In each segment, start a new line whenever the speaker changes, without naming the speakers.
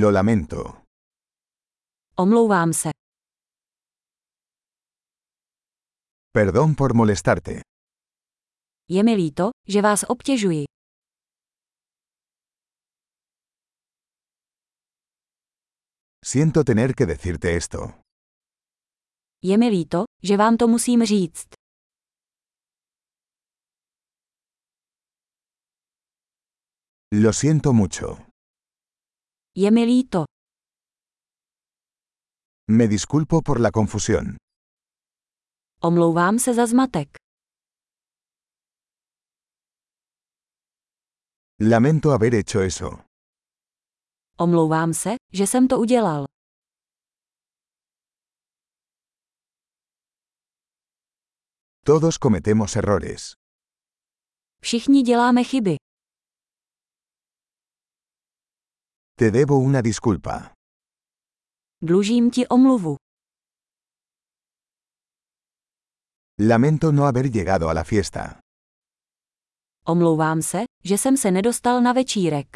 Lo lamento.
Omlouvám se.
Perdón por molestarte.
Je mi líto, že vás obtěžuji.
Siento tener que decirte esto.
Je mi líto, že vám to musím říct.
Lo siento mucho.
Je mi líto.
Me disculpo por la confusión.
Omlouvám se za zmatek.
Lamento haber hecho eso.
Omlouvám se, že jsem to udělal.
Todos cometemos errores.
Všichni děláme chyby.
Te debo una disculpa.
Dlužím ti omluvu.
Lamento no haber llegado a la fiesta.
Omlouvám se, že jsem se nedostal na večírek.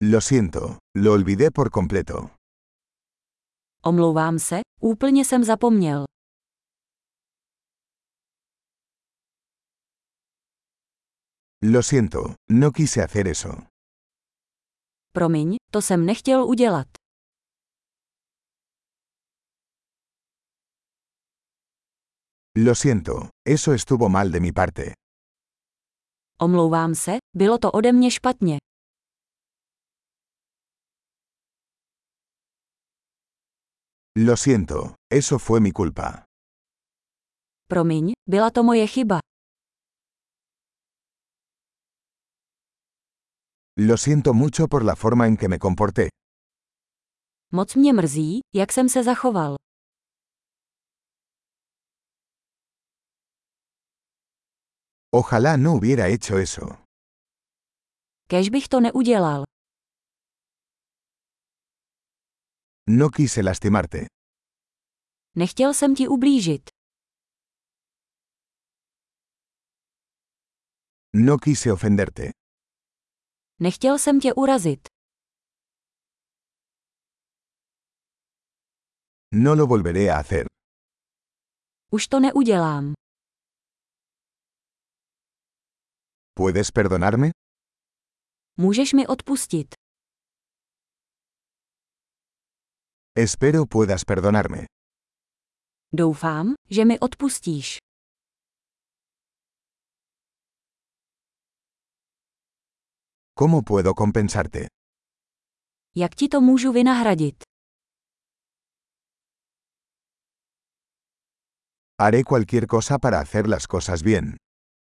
Lo siento, lo olvidé por completo.
Omlouvám se, úplně jsem zapomněl.
Lo siento, no quise hacer eso.
Promiň, to jsem nechtěl udělat.
Lo siento, eso estuvo mal de mi parte.
Omlouvám se, bylo to ode mě špatně.
Lo siento, eso fue mi culpa.
Promiň, byla to moje chyba.
Lo siento mucho por la forma en que me comporté.
Moc mě mrzí, jak jsem se zachoval.
Ojalá no hubiera hecho eso.
Kež bych to neudělal.
No quise lastimarte.
Nechtěl jsem ti ublížit.
No quise ofenderte.
Nechtěl jsem tě urazit.
No lo volveré a hacer.
Už to neudělám.
¿Puedes perdonarme?
Můžeš mi odpustit.
Espero puedas perdonarme.
Doufám, že mi odpustíš.
¿Cómo puedo compensarte?
Jak ti to můžu vynahradit?
Haré cualquier cosa para hacer las cosas bien.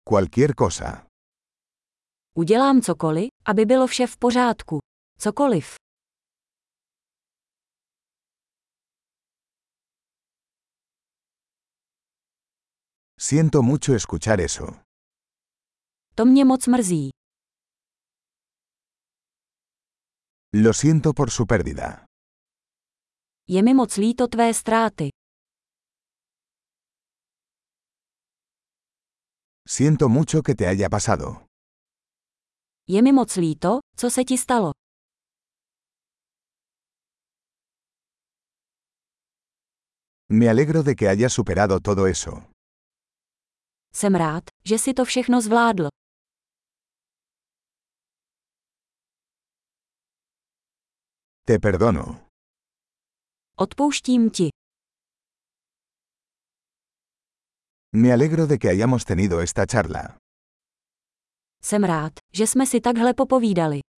Cualquier cosa.
Udělám cokoliv, aby bylo vše v pořádku. Cokoliv.
Siento mucho escuchar eso.
To mě moc mrzí.
Lo siento por su pérdida.
Je mi moc líto tvé ztráty.
Siento mucho que te haya pasado.
Je mi moc líto, co se ti stalo.
Me alegro de que hayas superado todo eso.
Jsem rád, že si to všechno zvládl.
Te perdono.
Odpouštím ti.
Me alegro de que hayamos tenido esta charla.
Jsem rád, že jsme si takhle popovídali.